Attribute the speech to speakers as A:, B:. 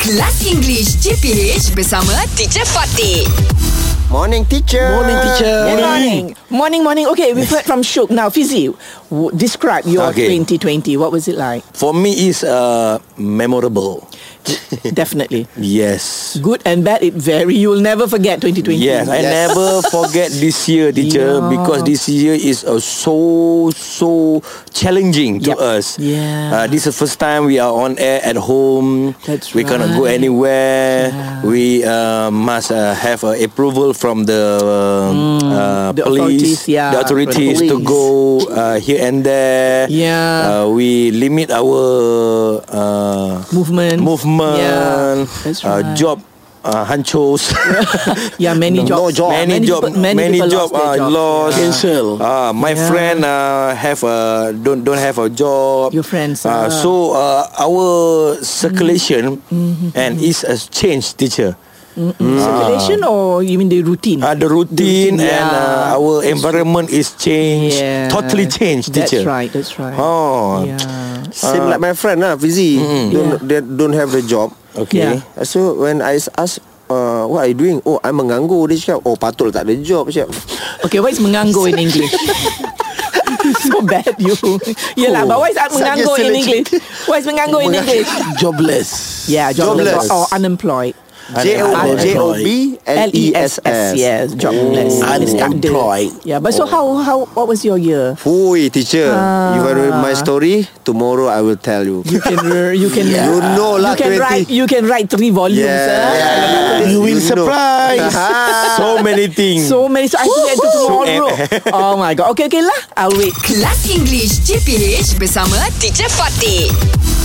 A: Kelas English CPH bersama Teacher Fatih.
B: Morning teacher.
C: Morning, teacher.
D: Good Ah, morning. Morning, morning. Okay, we've heard from Shuk. Now, Fizi, w- describe your
C: Okay.
D: 2020. What was it like?
C: For me is uh, memorable.
D: Definitely.
C: Yes.
D: Good and bad, it vary. You'll never forget 2020.
C: Yes, I
B: Yes.
C: never forget this year, teacher,
D: Yeah.
C: because this year is uh, so so challenging to
D: Yep.
C: us.
D: Yeah.
C: uh, this is the first time we are on air at home.
D: That's
C: we cannot go
D: right.
C: anywhere. We uh, must uh, have uh, approval from the, um, uh,
D: Mm, the
C: police,
D: authorities, yeah,
C: the authorities
D: from the
C: to
D: police.
C: go uh, here and there.
D: Yeah.
C: uh, we limit our uh,
D: Movement.
C: movement,
D: Yeah, that's
C: uh,
D: right.
C: job uh, hunchos.
D: Yeah, many jobs.
C: Many, job,
D: people- many, people
C: job are
D: lost. their jobs.
C: lost.
D: Yeah.
C: Cancel. Uh, my
D: Yeah.
C: friend uh, have a don't don't have a job.
D: Your friends,
C: Uh,
D: ah.
C: So uh, our circulation
D: Mm-hmm.
C: and is a change, teacher.
D: Circulation or you mean the routine?
C: Uh, the routine
D: Routine,
C: and uh,
D: yeah.
C: our environment is changed.
D: Yeah.
C: Totally changed,
D: That's
C: teacher.
D: right, that's right.
C: Oh.
D: Yeah.
B: Same like my friend lah, Fizi. Don't
D: Yeah.
B: they don't have the job.
C: Okay.
D: Yeah.
B: So when I ask uh, what are you doing? Oh, I'm menganggur. Dia cakap, oh patul tak ada job. Dia Cakap,
D: Okay, what is menganggur in English? so bad you. Yelah,
B: Oh,
D: but what is
B: such a
D: menganggur in
B: selection. Oh
D: English? What is menganggur in English?
C: Jobless.
D: Yeah,
B: Jobless.
D: jobless or unemployed.
B: J O
D: Unemployed.
B: J O B L E S S. Oh.
D: yes, jobless.
C: Oh.
D: It's tak ada.
C: Unemployed.
D: Yeah, but so how how what was your year?
B: Hui, teacher. You want to read my
D: Ah.
B: story? Tomorrow I will tell you.
D: You can you can
B: Yeah. You know lah,
D: you can
B: 20.
D: write you can write three volumes. eh?
C: You will
B: know.
C: surprise. so many things.
D: So many so I can get to tomorrow. oh my god. Okay, okay lah. I'll wait.
A: Kelas English CPH bersama Teacher Fatih.